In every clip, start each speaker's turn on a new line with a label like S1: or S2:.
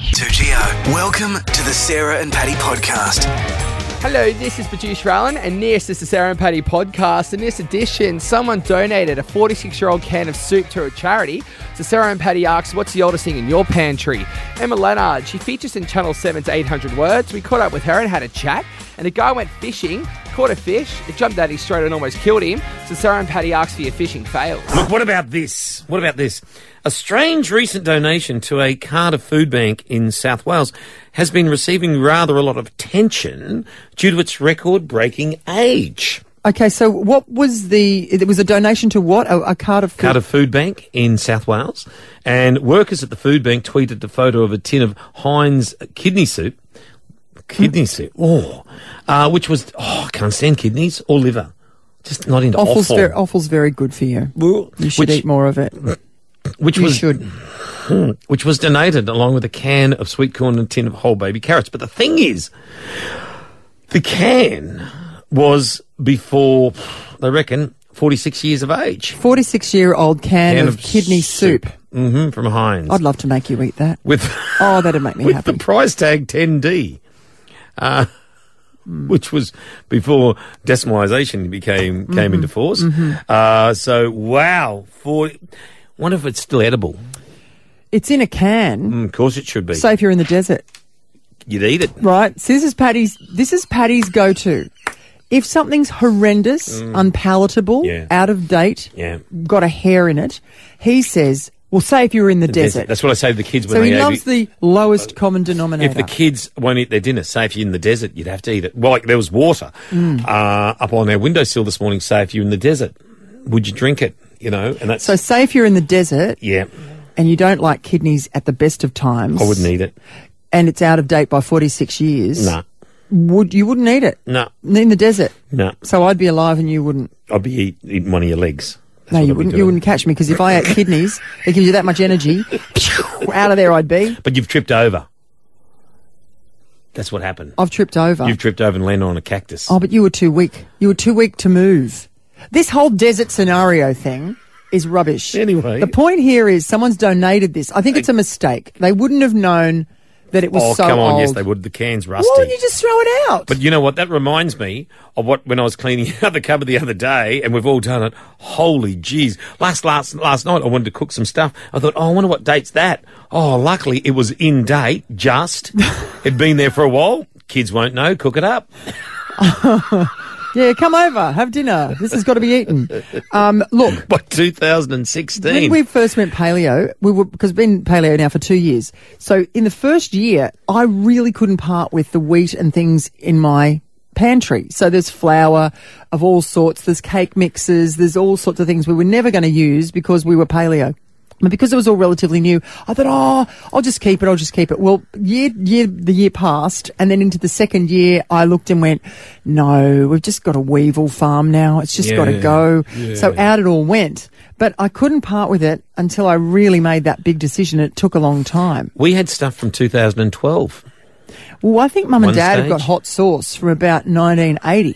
S1: 2GO. Welcome to the Sarah and Patty podcast.
S2: Hello, this is producer Alan, and this is the Sarah and Patty podcast. In this edition, someone donated a 46 year old can of soup to a charity. So Sarah and Patty asks, What's the oldest thing in your pantry? Emma Lennard, she features in Channel 7's 800 Words. We caught up with her and had a chat, and a guy went fishing, caught a fish, it jumped at his throat and almost killed him. So Sarah and Patty asks for your fishing fails.
S3: Look, what about this? What about this? A strange recent donation to a Cardiff food bank in South Wales has been receiving rather a lot of attention due to its record breaking age.
S4: Okay, so what was the? It was a donation to what? A, a card of food.
S3: Cardiff Food Bank in South Wales, and workers at the food bank tweeted a photo of a tin of Heinz kidney soup. Kidney soup, oh, uh, which was oh, I can't stand kidneys or liver, just not into
S4: Offal's,
S3: offal.
S4: Very, offal's very good for you.
S3: Well,
S4: You should
S3: which-
S4: eat more of it.
S3: which
S4: You
S3: was
S4: should.
S3: which was donated along with a can of sweet corn and a tin of whole baby carrots. But the thing is, the can was before, they reckon, 46 years of age.
S4: Forty-six-year-old can,
S3: Can
S4: of, kidney soup.
S3: hmm from Heinz.
S4: I'd love to make you eat that.
S3: with
S4: Oh, that'd make me
S3: with
S4: happy.
S3: the price tag 10D, uh,
S4: Hmm.
S3: which was before decimalisation became
S4: Mm-hmm.
S3: came into force. Uh, so, wow. For, wonder if it's still edible.
S4: It's in a can.
S3: Mm, of course it should be.
S4: So if you're in the desert,
S3: You'd eat it.
S4: right? So this is Patty's. This is Patty's go-to. If something's horrendous, unpalatable,
S3: Mm. Yeah.
S4: out of date,
S3: Yeah.
S4: got a hair in it, he says, "Well, say if you're in the, desert."
S3: That's what I say to the kids when
S4: so
S3: they
S4: he
S3: go,
S4: loves the lowest common denominator.
S3: If the kids won't eat their dinner, say if you're in the desert, you'd have to eat it. Well, like there was water
S4: Mm.
S3: uh, up on our windowsill this morning. Say if you're in the desert, would you drink it? You know, and that's
S4: so say if you're in the desert,
S3: yeah.
S4: and you don't like kidneys at the best of times,
S3: I wouldn't eat it.
S4: and it's out of date by 46 years,
S3: Nah,
S4: would you wouldn't eat it?
S3: nah,
S4: In the desert.
S3: nah.
S4: So I'd be alive and you wouldn't.
S3: I'd be eat, eating one of your legs. That's what
S4: no,
S3: I'd
S4: you
S3: be
S4: wouldn't. You
S3: doing.
S4: wouldn't catch me because if I ate kidneys, it gives you that much energy. out of there, I'd be.
S3: But you've tripped over. That's what happened.
S4: I've tripped over.
S3: You've tripped over and landed on a cactus.
S4: oh, but you were too weak. You were too weak to move. This whole desert scenario thing is rubbish.
S3: Anyway.
S4: the point here is someone's donated this. I think it's a mistake. They wouldn't have known that it was
S3: Oh,
S4: so
S3: come on!
S4: old.
S3: Yes, they would. The can's rusty.
S4: Why don't you just throw it out?
S3: But you know what? That reminds me of what when I was cleaning out the cupboard the other day, and we've all done it. Holy jeez! Last last last night, I wanted to cook some stuff. I thought, oh, I wonder what date's that. Oh, luckily it was in date. Just it'd been there for a while. Kids won't know. Cook it up.
S4: Yeah, come over, have dinner. This has got to be eaten. Um, look,
S3: By
S4: when
S3: 2016.
S4: we first went paleo, we were because we've been paleo now for two years. So in the first year, I really couldn't part with the wheat and things in my pantry. So there's flour of all sorts, there's cake mixes, there's all sorts of things we were never going to use because we were paleo. But because it was all relatively new, I thought, oh, I'll just keep it. I'll just keep it. Well, year, year, the year passed, and then into the second year, I looked and went, no, we've just got a weevil farm now. It's just got to
S3: Yeah.
S4: go. So out it all went. But I couldn't part with it until I really made that big decision. It took a long time.
S3: We had stuff from 2012.
S4: Well, I think mum
S3: One
S4: and dad
S3: stage.
S4: have got hot sauce from about 1980.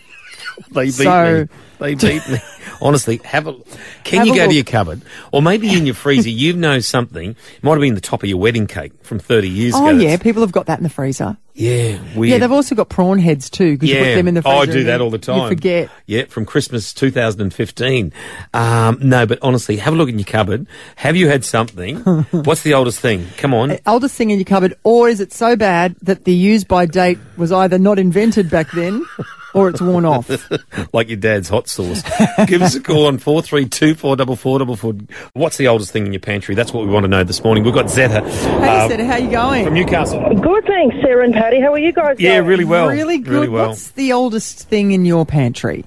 S3: They beat
S4: So-
S3: me. They beat me. Honestly, have a. Can
S4: Have
S3: you
S4: a
S3: go to
S4: look.
S3: your cupboard, or maybe in your freezer? you know something. It might have been the top of your wedding cake from 30 years
S4: Oh,
S3: ago.
S4: yeah. People have got that in the freezer.
S3: Yeah, weird.
S4: Yeah, they've also got prawn heads too because you put them in the freezer.
S3: Oh, I
S4: and
S3: do that
S4: then
S3: all the time.
S4: You forget.
S3: Yeah, from Christmas 2015. Um, no, but honestly, have a look in your cupboard. Have you had something? What's the oldest thing? Come on.
S4: oldest thing in your cupboard, or is it so bad that the use by date was either not invented back then or it's worn off?
S3: Um, like your dad's hot sauce. Give us a call on four three two four double four double four. What's the oldest thing in your pantry? That's what we want to know this morning. We've got Zeta
S4: Hey,
S3: uh,
S4: Seta, how you
S3: from
S4: going?
S3: Newcastle.
S5: Good, thanks, Sarah and Patty. How are you guys?
S3: Yeah,
S5: going?
S3: really well.
S4: really good.
S3: Really well.
S4: What's the oldest thing in your pantry?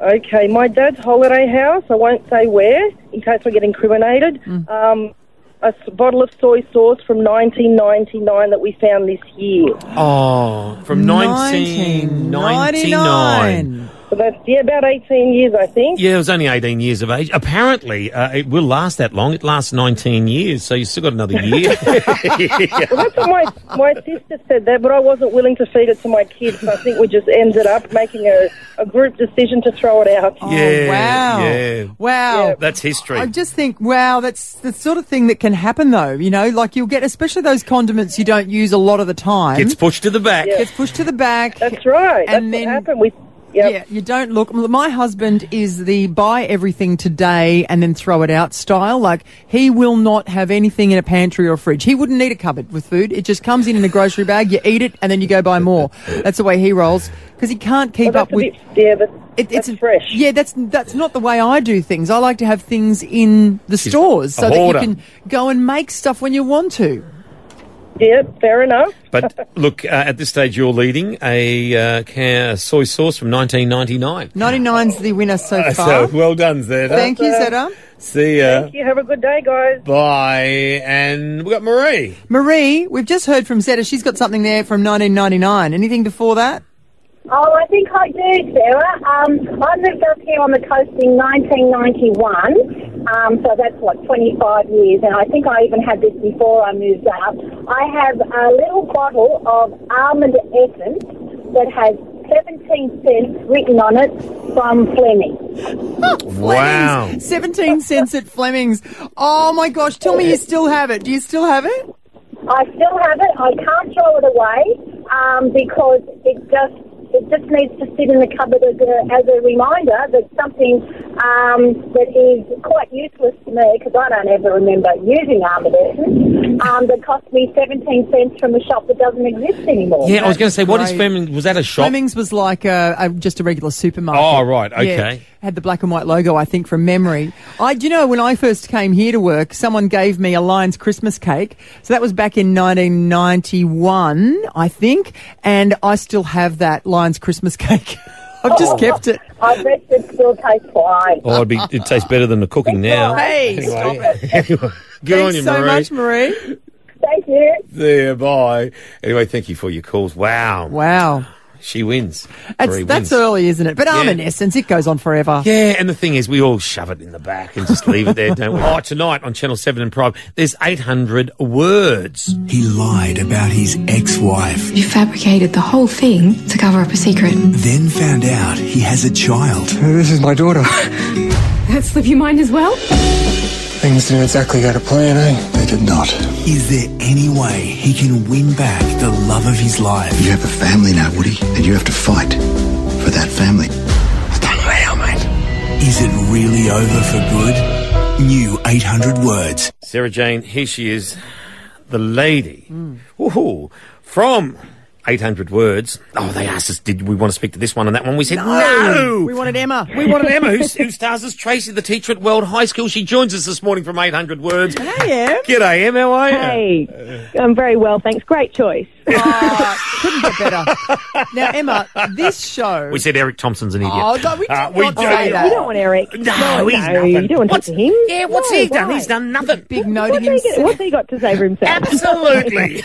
S5: Okay, my dad's holiday house. I won't say where in case I get incriminated.
S4: Mm.
S5: Um, a s- bottle of soy sauce from 1999 that we found this year.
S3: Oh, from 1999.
S4: 1999.
S5: But that's, yeah, about 18 years, I think.
S3: Yeah, it was only 18 years of age. Apparently, uh, it will last that long. It lasts 19 years, so you've still got another year.
S5: Well, that's what my, my sister said that, but I wasn't willing to feed it to my kids. So I think we just ended up making a, a group decision to throw it out.
S3: Yeah,
S4: oh, wow.
S3: yeah.
S4: Wow.
S5: Yeah.
S3: That's history.
S4: I just think, wow, that's the sort of thing that can happen, though. You know, like you'll get, especially those condiments you don't use a lot of the time.
S3: Gets pushed to the back.
S5: Yeah.
S4: Gets pushed to the back.
S5: That's right.
S4: And
S5: that's
S4: then-
S5: what happened. We, yep.
S4: Yeah, you don't look. My husband is the buy everything today and then throw it out style. Like he will not have anything in a pantry or fridge. He wouldn't need a cupboard with food. It just comes in in a grocery bag. You eat it and then you go buy more. That's the way he rolls because he can't keep
S5: Well, that's
S4: up
S5: a
S4: with.
S5: bit, yeah, that,
S4: It,
S5: that's
S4: it's
S5: fresh.
S4: Yeah, that's that's not the way I do things. I like to have things in the stores so
S3: a
S4: that you
S3: hoarder.
S4: can go and make stuff when you want to.
S5: yeah, fair enough.
S3: But look, uh, at this stage, you're leading a uh, can, a soy sauce from 1999.
S4: 99's the winner so
S3: Uh,
S4: far.
S3: so well done, Zeta.
S4: Thank you, Zeta.
S3: See ya.
S5: You have a good day, guys.
S3: Bye. And we got Marie.
S4: Marie, we've just heard from Zeta. She's got something there from 1999. Anything before that?
S6: Oh, I think I do, Sarah. Um, I moved up here on the coast in 1991, um, so that's what 25 years, and I think I even had this before I moved up. I have a little bottle of almond essence that has 17 cents written on it from Fleming.
S3: Wow.
S4: Flemings. 17 cents at Fleming's. Oh my gosh, tell me you still have it. Do you still have it?
S6: I still have it. I can't throw it away um, because it just it just needs to sit in the cupboard as a, as a reminder that something um, that is quite useless to me because I don't ever remember using almond essence um, that cost me 17 cents from a shop that doesn't exist anymore.
S3: Yeah, I was going to say, what is
S4: Oh, Great.
S3: Fleming? Was that a shop?
S4: Fleming's was like a, a, just a regular supermarket.
S3: Oh, right, okay.
S4: Yeah, had the black and white logo, I think, from memory. I, do you know, when I first came here to work, someone gave me a Lions Christmas cake. So that was back in 1991, I think. And I still have that Lions Christmas cake. I've just kept it.
S6: I bet it still tastes fine.
S3: Oh, it'd, be, it'd taste better than the cooking now.
S4: Hey, stop it.
S3: Anyway, good on
S4: Thanks
S3: you,
S4: so
S3: Marie.
S4: much, Marie.
S6: Thank you.
S3: There, bye. Anyway, thank you for your calls. Wow.
S4: Wow.
S3: She wins.
S4: That's,
S3: Marie wins.
S4: that's early, isn't it? But almond essence, it goes on forever.
S3: Yeah, and the thing is, we all shove it in the back and just leave it there, don't we? Oh, tonight on Channel 7 and Prime, there's 800 words.
S1: He lied about his ex wife,
S7: You fabricated the whole thing to cover up a secret.
S1: then found out he has a child.
S8: This is my daughter.
S7: That slip your mind as well?
S8: Things didn't exactly go to plan, eh? They did not.
S1: Is there any way he can win back the love of his life?
S9: You have a family now, Woody, and you have to fight for that family. I don't know how, mate.
S1: Is it really over for good? New 800 words.
S3: Sarah Jane, here she is, the lady. Woohoo. From 800 words. Oh, they asked us, did we want to speak to this one and that one? We said, no!
S4: We wanted Emma.
S3: We wanted Emma, who, who stars as Tracy, the teacher at World High School. She joins us this morning from 800 Words.
S4: Hey, Em.
S3: G'day, Em. How are you?
S10: Hey, I'm very well, thanks. Great choice.
S4: Oh, couldn't get better. Now, Emma, this show.
S3: We said Eric Thompson's an idiot.
S4: Oh, no, we did
S3: Uh,
S4: not
S3: we don't-
S4: say that.
S10: You don't want Eric.
S3: No, he's
S10: no,
S3: nothing.
S10: You don't want
S3: What's-
S10: to talk to him.
S3: Yeah, what's
S10: No,
S3: he done?
S10: why?
S3: He's done nothing.
S4: Big note
S10: What's
S4: him.
S10: he, got, what's he got to say for himself?
S3: Absolutely.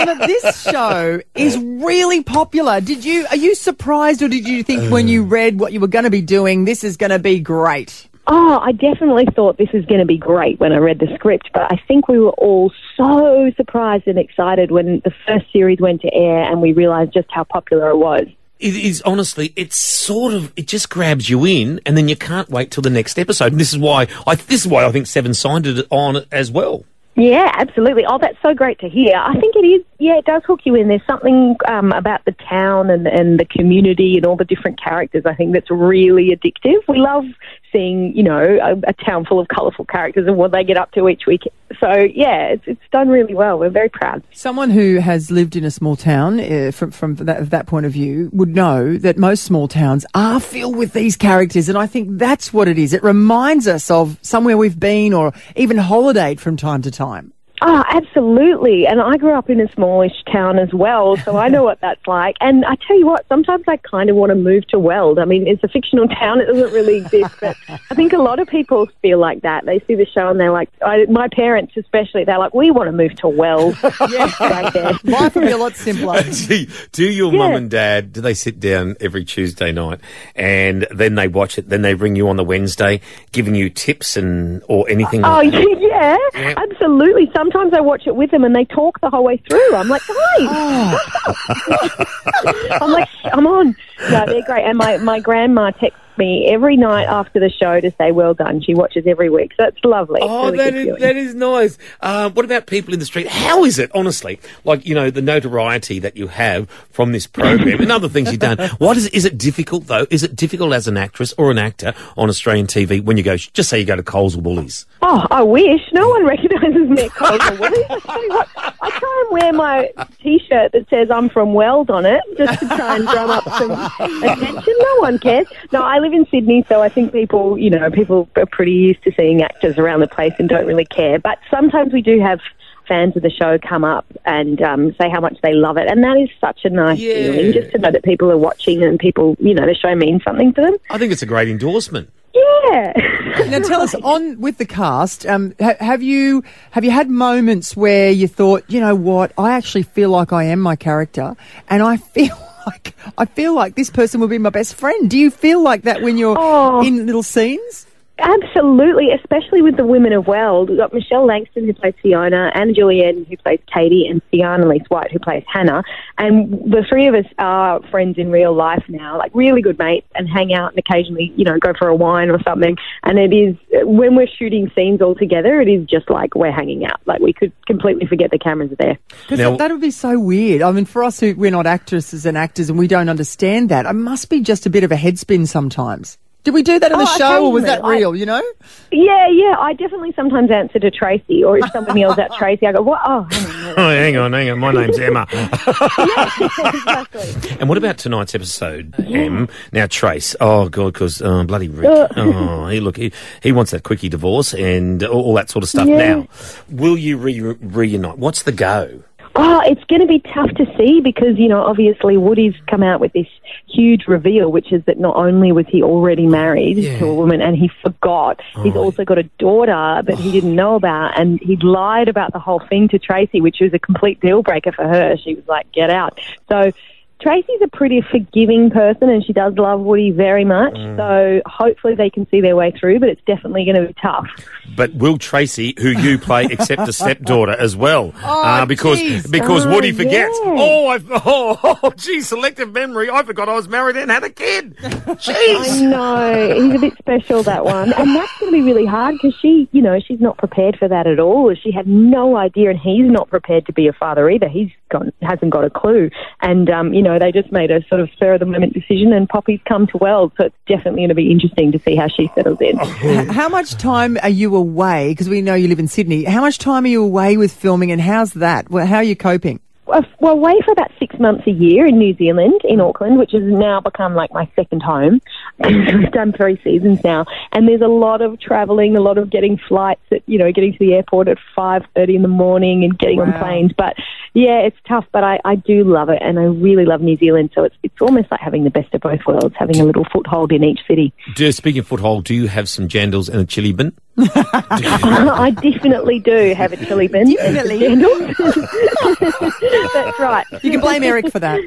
S4: Emma, this show is really popular. Did you? Are you surprised, or did you think when you read what you were going to be doing, this is going to be great?
S10: Oh, I definitely thought this was going to be great when I read the script, but I think we were all so surprised and excited when the first series went to air and we realised just how popular it was.
S3: it is honestly, it's sort of, it just grabs you in, and then you can't wait till the next episode. And this is why I, this is why I think Seven signed it on as well.
S10: Yeah, absolutely. Oh, that's so great to hear. I think it is. Yeah, it does hook you in. There's something um, about the town and, and the community and all the different characters. I think that's really addictive. We love seeing, you know, a, a town full of colourful characters and what they get up to each week. So yeah, it's, it's done really well. We're very proud.
S4: Someone who has lived in a small town, uh, from from that, that point of view, would know that most small towns are filled with these characters, and I think that's what it is. It reminds us of somewhere we've been, or even holidayed from time to time.
S10: Oh, absolutely. And I grew up in a smallish town as well, so I know what that's like. And I tell you what, sometimes I kind of want to move to Weld. I mean, it's a fictional town, it doesn't really exist, but I think a lot of people feel like that. They see the show and they're like, I, my parents especially, they're like, we want to move to Weld. right there.
S4: Life would be a lot simpler.
S3: do, do your mum and dad do they sit down every Tuesday night and then they watch it? Then they bring you on the Wednesday, giving you tips and or anything.
S10: Oh,
S3: like that?
S10: yeah,
S3: Yeah.
S10: absolutely. Sometimes I watch it with them and they talk the whole way through. I'm like, guys.
S3: Ah."
S10: I'm like, "Shh, I'm on. No, they're great. And my, my grandma texts me every night after the show to say, well done. She watches every week. So it's lovely. It's
S3: Oh,
S10: really
S3: that
S10: good
S3: is,
S10: feeling.
S3: that is nice. Uh, what about people in the street? How is it, honestly? Like, you know, the notoriety that you have from this program and other things you've done. What is, is it difficult, though? Is it difficult as an actress or an actor on Australian TV when you go, just say you go to Coles or Woolies?
S10: Oh, I wish. No one recognises me at Coles or Woolies. I tell you what, I try and wear my T-shirt that says I'm from Weld on it just to try and drum up some attention. No one cares. No, I live in Sydney, so I think people, you know, people are pretty used to seeing actors around the place and don't really care. But sometimes we do have fans of the show come up and um, say how much they love it, and that is such a nice
S3: Yeah.
S10: feeling just to know that people are watching and people, you know, the show means something to them.
S3: I think it's a great endorsement.
S10: Yeah.
S4: Now tell us on with the cast. Um, ha- have you have you had moments where you thought, you know what, I actually feel like I am my character, and I feel like I feel like this person will be my best friend. Do you feel like that when you're
S10: Oh.
S4: in little scenes?
S10: Absolutely, especially with the women of Weld. We've got Michelle Langston, who plays Fiona, Anna Julian, who plays Katie, and Fiona Lees White, who plays Hannah. And the three of us are friends in real life now, like really good mates, and hang out and occasionally, you know, go for a wine or something. And it is, when we're shooting scenes all together, it is just like we're hanging out. Like we could completely forget the cameras are there.
S4: Because
S3: Now-
S4: that, that would be so weird. I mean, for us who we're not actresses and actors, and we don't understand that, it must be just a bit of a head spin sometimes. Did we do that in the
S10: Oh,
S4: show, or was that
S10: occasionally. I-
S4: real? You know,
S10: Yeah, yeah, I definitely sometimes answer to Tracy, or if someone yells at Tracy, I go, what? Oh, hang on.
S3: Oh, hang on, hang on. My name's Emma.
S10: exactly.
S3: and what about tonight's episode, Em? Now, Trace. Oh, God, because uh, bloody Rick.
S10: Uh.
S3: Oh, he, look, he, he wants that quickie divorce and all, all that sort of stuff.
S10: Yeah.
S3: Now, will you re- reunite? What's the go?
S10: Oh, it's going to be tough to see because, you know, obviously Woody's come out with this huge reveal, which is that not only was he already married to a woman and he forgot, he's also got a daughter that he didn't know about and he lied about the whole thing to Tracy, which was a complete deal breaker for her. She was like, get out. So Tracy's a pretty forgiving person and she does love Woody very much. So hopefully they can see their way through, but it's definitely going to be tough.
S3: But will Tracy, who you play, accept a stepdaughter as well? uh, because
S4: jeez.
S3: because
S10: Oh,
S3: Woody forgets.
S10: yeah.
S3: Oh, I, oh, oh, gee, selective memory. I forgot I was married and had a kid.
S10: I
S3: Jeez.
S10: know. He's a bit special, that one. And that's going to be really hard because she, you know, she's not prepared for that at all. She had no idea, and he's not prepared to be a father either. He's got, hasn't got a clue. And, um, you know, they just made a sort of spur of the moment decision, and Poppy's come to Weld. So it's definitely going to be interesting to see how she settles in.
S4: H- how much time are you away? Because we know you live in Sydney. How much time are you away with filming, and how's that? Well, how are you coping?
S10: Well, well, away for about six months a year in New Zealand, in Auckland, which has now become like my second home. We've done three seasons now, and there's a lot of travelling, a lot of getting flights at you know getting to the airport at five thirty in the morning and getting on planes. But yeah, it's tough, but I, I do love it, and I really love New Zealand. So it's it's almost like having the best of both worlds, having a little foothold in each city.
S3: Do, speaking of foothold, do you have some jandals and a chili bin?
S10: I definitely do have a chili bin. Definitely, that's right.
S4: You can blame Eric for that.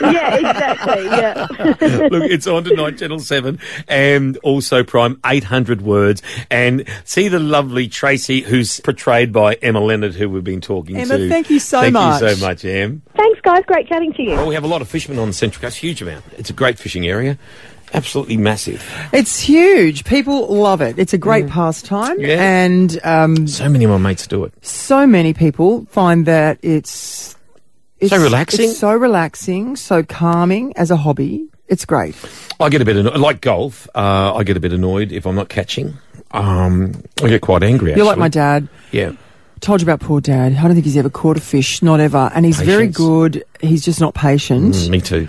S10: Yeah, exactly. Yeah.
S3: Look, it's on tonight, Channel 7, and also Prime, 800 words. And see the lovely Tracy, who's portrayed by Emma Leonard, who we've been talking
S4: Emma,
S3: to.
S4: thank you so
S3: Thank you
S4: much.
S3: so much, Em.
S10: Thanks, guys. Great chatting to you.
S3: Well, we have a lot of fishermen on the Central Coast, huge amount. It's a great fishing area, absolutely massive.
S4: It's huge. People love it. It's a great pastime,
S3: Mm. Yeah.
S4: and um,
S3: So many of my mates do it.
S4: so many people find that it's, it's
S3: relaxing?
S4: it's so relaxing, so calming as a hobby. It's great.
S3: I get a bit annoyed. Like golf, uh, I get a bit annoyed if I'm not catching. Um, I get quite angry,
S4: You're like
S3: actually.
S4: my dad.
S3: Yeah.
S4: Told you about poor dad. I don't think he's ever caught a fish, not ever. And he's very
S3: Patience.
S4: good. He's just not patient.
S3: Mm, me too.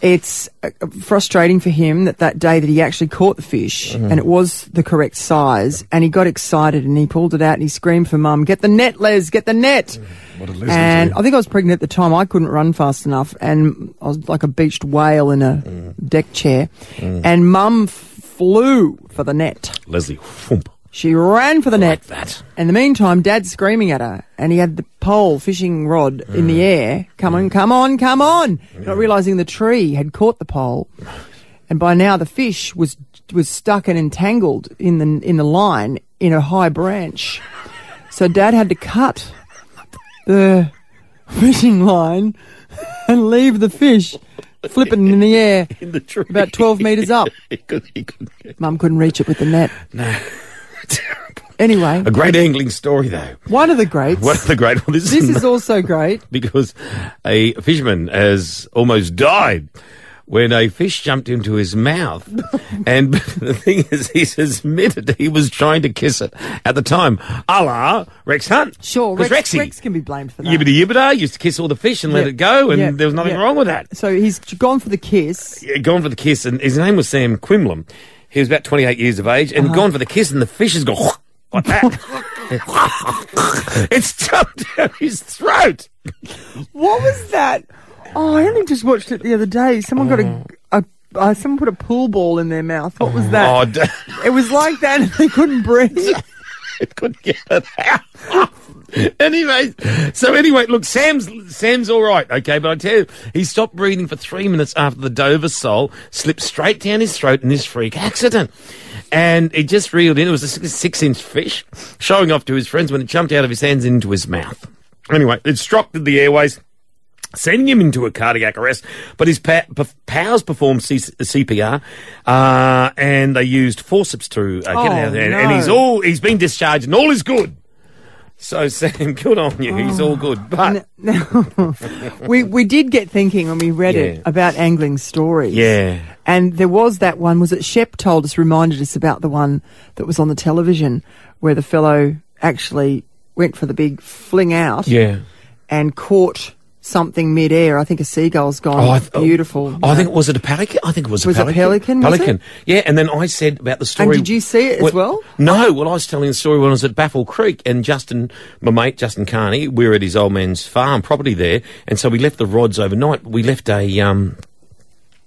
S4: It's uh, frustrating for him that that day that he actually caught the fish
S11: Mhm.
S4: and it was the correct size and he got excited and he pulled it out and he screamed for mum, get the net, Les, get the net.
S11: Mm, What a Leslie
S4: And
S11: do.
S4: I think I was pregnant at the time. I couldn't run fast enough, and I was like a beached whale in a deck chair.
S3: Mm.
S4: And Mum f- flew for the net.
S3: Leslie, whoomp.
S4: She ran for the net.
S3: that.
S4: In the meantime, Dad's screaming at her, and he had the pole fishing rod in the air. Come on, come on, come on! Not realizing the tree had caught the pole, and by now the fish was was stuck and entangled in the in the line in a high branch. So Dad had to cut the fishing line and leave the fish flipping in the air
S3: in the tree.
S4: about twelve meters up.
S3: He could- he could-
S4: Mum couldn't reach it with the net.
S3: No.
S4: Anyway,
S3: A great angling story, though.
S4: one of the greats.
S3: One of the great well,
S4: This is also great.
S3: because a fisherman has almost died when a fish jumped into his mouth. and the thing is, he's admitted he was trying to kiss it at the time. A la Rex Hunt.
S4: Sure,
S3: 'Cause
S4: Rex,
S3: Rexy.
S4: Rex can be blamed for that.
S3: Yibbity yibbida used to kiss all the fish and let
S4: Yeah,
S3: it go, and
S4: yeah,
S3: there was nothing
S4: yeah.
S3: wrong with that.
S4: So he's gone for the kiss.
S3: Yeah, Gone for the kiss, and his name was Sam Quimlam. He was about 28 years of age,
S4: Uh-huh.
S3: and gone for the kiss, and the fish has gone like that. it's jumped down his throat.
S4: What was that? Oh, I only just watched it the other day. Someone got a, a uh, someone put a pool ball in their mouth. What was that?
S3: Oh, d-
S4: It was like that, and they couldn't breathe.
S3: it couldn't get it out. anyway, so anyway, look, Sam's Sam's all right, okay, but I tell you, he stopped breathing for three minutes after the Dover sole slipped straight down his throat in this freak accident. And he just reeled in. It was a six, six inch fish, showing off to his friends when it jumped out of his hands into his mouth. Anyway, it obstructed the airways sending him into a cardiac arrest. But his pa- p- pals performed C- CPR, uh, and they used forceps to uh, get it out of there. And, and
S12: no.
S3: he's all he's been discharged, and all is good. So Sam, good on you. He's all
S4: Oh.
S3: good, but
S4: we we did get thinking when we read
S3: Yeah.
S4: it about angling stories.
S3: yeah.
S4: And there was that one, was it Shep told us, reminded us about the one that was on the television where the fellow actually went for the big fling out
S3: Yeah.
S4: and caught something midair. I think a seagull's gone.
S3: Oh, I th-
S4: Oh, Beautiful.
S3: I think was it a pelican. I think it was a
S4: Was it
S3: pelican.
S4: pelican, was it?
S3: Pelican. Yeah, and then I said about the story.
S4: did you see it as well?
S3: No. Well, I was telling the story when I was at Baffle Creek, and Justin, my mate Justin Carney, we were at his old man's farm property there, and so we left the rods overnight. We left a um,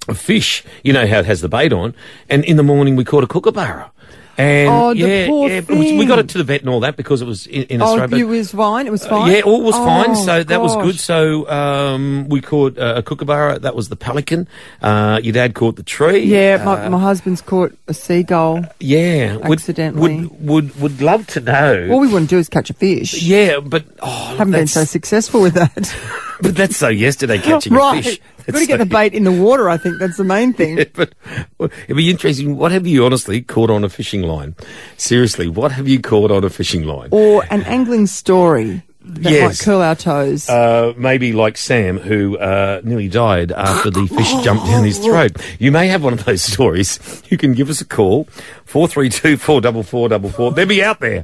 S3: a fish. You know how it has the bait on, and in the morning we caught a kookaburra. And
S4: Oh, the
S3: yeah,
S4: poor
S3: yeah, but we- we got
S4: thing.
S3: it to the vet and all that because it was in, in
S4: oh,
S3: Australia. but-
S4: it was fine. It was
S3: uh,
S4: fine.
S3: Yeah, all was fine.
S4: Oh,
S3: So that was
S4: gosh.
S3: good. So um, we caught uh, a kookaburra. That was the pelican. Uh, your dad caught the tree.
S4: Yeah,
S3: Uh,
S4: my, my husband's caught a seagull.
S3: yeah. Would-
S4: accidentally.
S3: Would, would would love to know.
S4: All we want to do is catch a fish.
S3: yeah, but oh,
S4: Haven't been
S3: that's,
S4: so successful with that.
S3: but that's so yesterday catching
S4: right.
S3: a fish.
S4: Got to get the bait in the water. I think that's the main thing.
S3: but well, it'd be interesting. What have you honestly caught on a fishing line? Seriously, what have you caught on a fishing line?
S4: or an angling story that
S3: Yes.
S4: might curl our toes.
S3: Uh, maybe like Sam, who uh, nearly died after the fish jumped down
S4: Oh,
S3: his throat. You may have one of those stories. You can give us a call, 432 444 They'll be out there.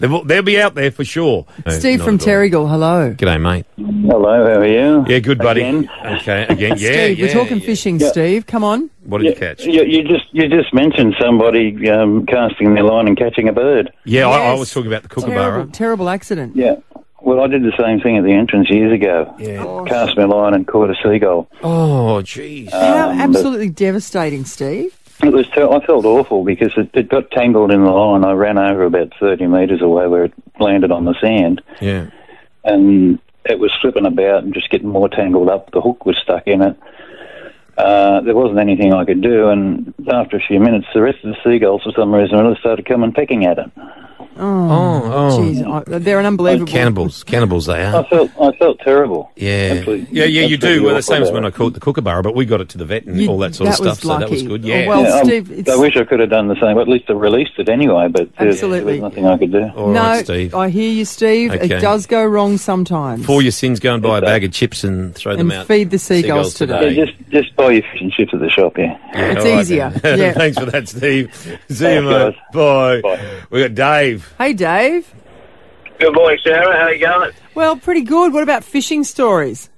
S3: They'll, they'll be out there for sure. No,
S4: Steve
S3: not
S4: from
S3: at all.
S4: Terrigal, hello.
S3: G'day, mate.
S13: Hello, how are you?
S3: Yeah, good, buddy.
S13: Again.
S3: Okay, again. Yeah,
S4: Steve,
S3: yeah,
S4: we're talking
S3: yeah.
S4: fishing,
S13: Yeah.
S4: Steve. Come on.
S3: What did you catch?
S13: You, you just you just mentioned somebody um, casting their line and catching a bird.
S3: Yeah, I, I was talking about the kookaburra.
S4: Terrible, terrible accident.
S13: Yeah. Well, I did the same thing at the entrance years ago.
S3: Yeah.
S13: Cast my line and caught a seagull.
S3: Oh, jeez.
S4: How
S13: Um,
S4: absolutely devastating, Steve.
S13: It was. Ter- I felt awful because it, it got tangled in the line. I ran over about thirty metres away where it landed on the sand,
S3: Yeah.
S13: and it was flipping about and just getting more tangled up. The hook was stuck in it. Uh, there wasn't anything I could do, and after a few minutes, the rest of the seagulls, for some reason, or other, started coming pecking at it.
S4: Oh,
S3: Oh.
S4: jeez, I- they're an unbelievable.
S3: Cannibals. Cannibals, they are.
S13: I felt I felt terrible.
S3: Yeah,
S13: Absolutely.
S3: yeah, yeah. You
S13: That's really
S3: do. Well, the
S13: awful
S3: same as
S13: there.
S3: when I caught the kookaburra, but we got it to the vet and
S13: You-
S3: all that sort
S13: that
S3: of
S13: was
S3: stuff. So that was
S13: lucky.
S3: good.
S13: Oh,
S3: Yeah.
S13: well,
S3: yeah.
S13: I'm-
S4: Steve,
S13: I
S4: it's-
S13: wish I could have done the same. At least I released it anyway, but there, there
S4: Absolutely.
S13: was nothing I could do.
S3: All
S4: no,
S3: right, Steve.
S4: I hear you, Steve.
S3: Okay.
S4: It does go wrong sometimes.
S3: For your sins, go and buy a bag of chips and throw them
S4: And
S3: out.
S4: feed the seagulls today.
S13: Yeah, just just buy your fish and chips at the shop. Yeah,
S3: Yeah,
S4: It's
S3: all right
S4: easier.
S3: then.
S4: Yeah.
S3: Thanks for that, Steve. See you,
S13: Thanks,
S3: mate. Bye. We got Dave.
S4: Hey, Dave.
S14: Good morning, Sarah. How you going?
S4: Well, pretty good. What about fishing stories?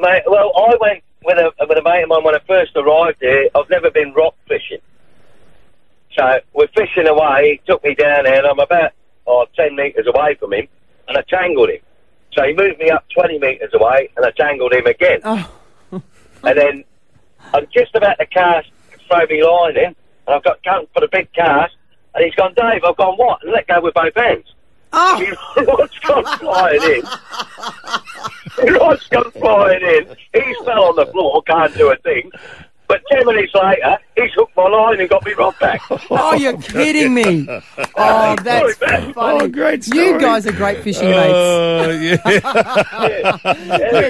S14: Mate, well, I went
S13: with a with a mate of mine when I first arrived here. I've never been rock fishing, so we're fishing away. He took me down there, and I'm about oh, 10 metres away from him, and I tangled him. So he moved me up 20 metres away, and I tangled him again. and then I'm just about to cast, throw me line in, and I've got going for the big cast, and he's gone, Dave, I've gone, what? And let go with both hands. Oh! Rod's gone flying in. Rod's gone flying in. He's fell on the floor, can't do a thing. But 10 minutes later, he's hooked my line and got me rod back.
S4: Oh, you're kidding me. Oh, that's funny.
S3: great
S4: You guys are great fishing mates.
S3: Oh,
S13: Yeah,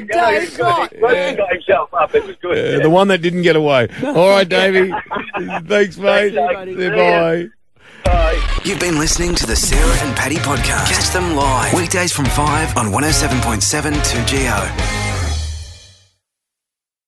S4: Dave's
S13: got, Rod's got himself up. It was good.
S3: Yeah, the one that didn't get away. All right, Davey. Thanks, mate.
S13: buddy.
S3: Yeah, Bye.
S1: You've been listening to the oh Sarah and Patty podcast. Catch them live weekdays from 5 on 107.7 2GO.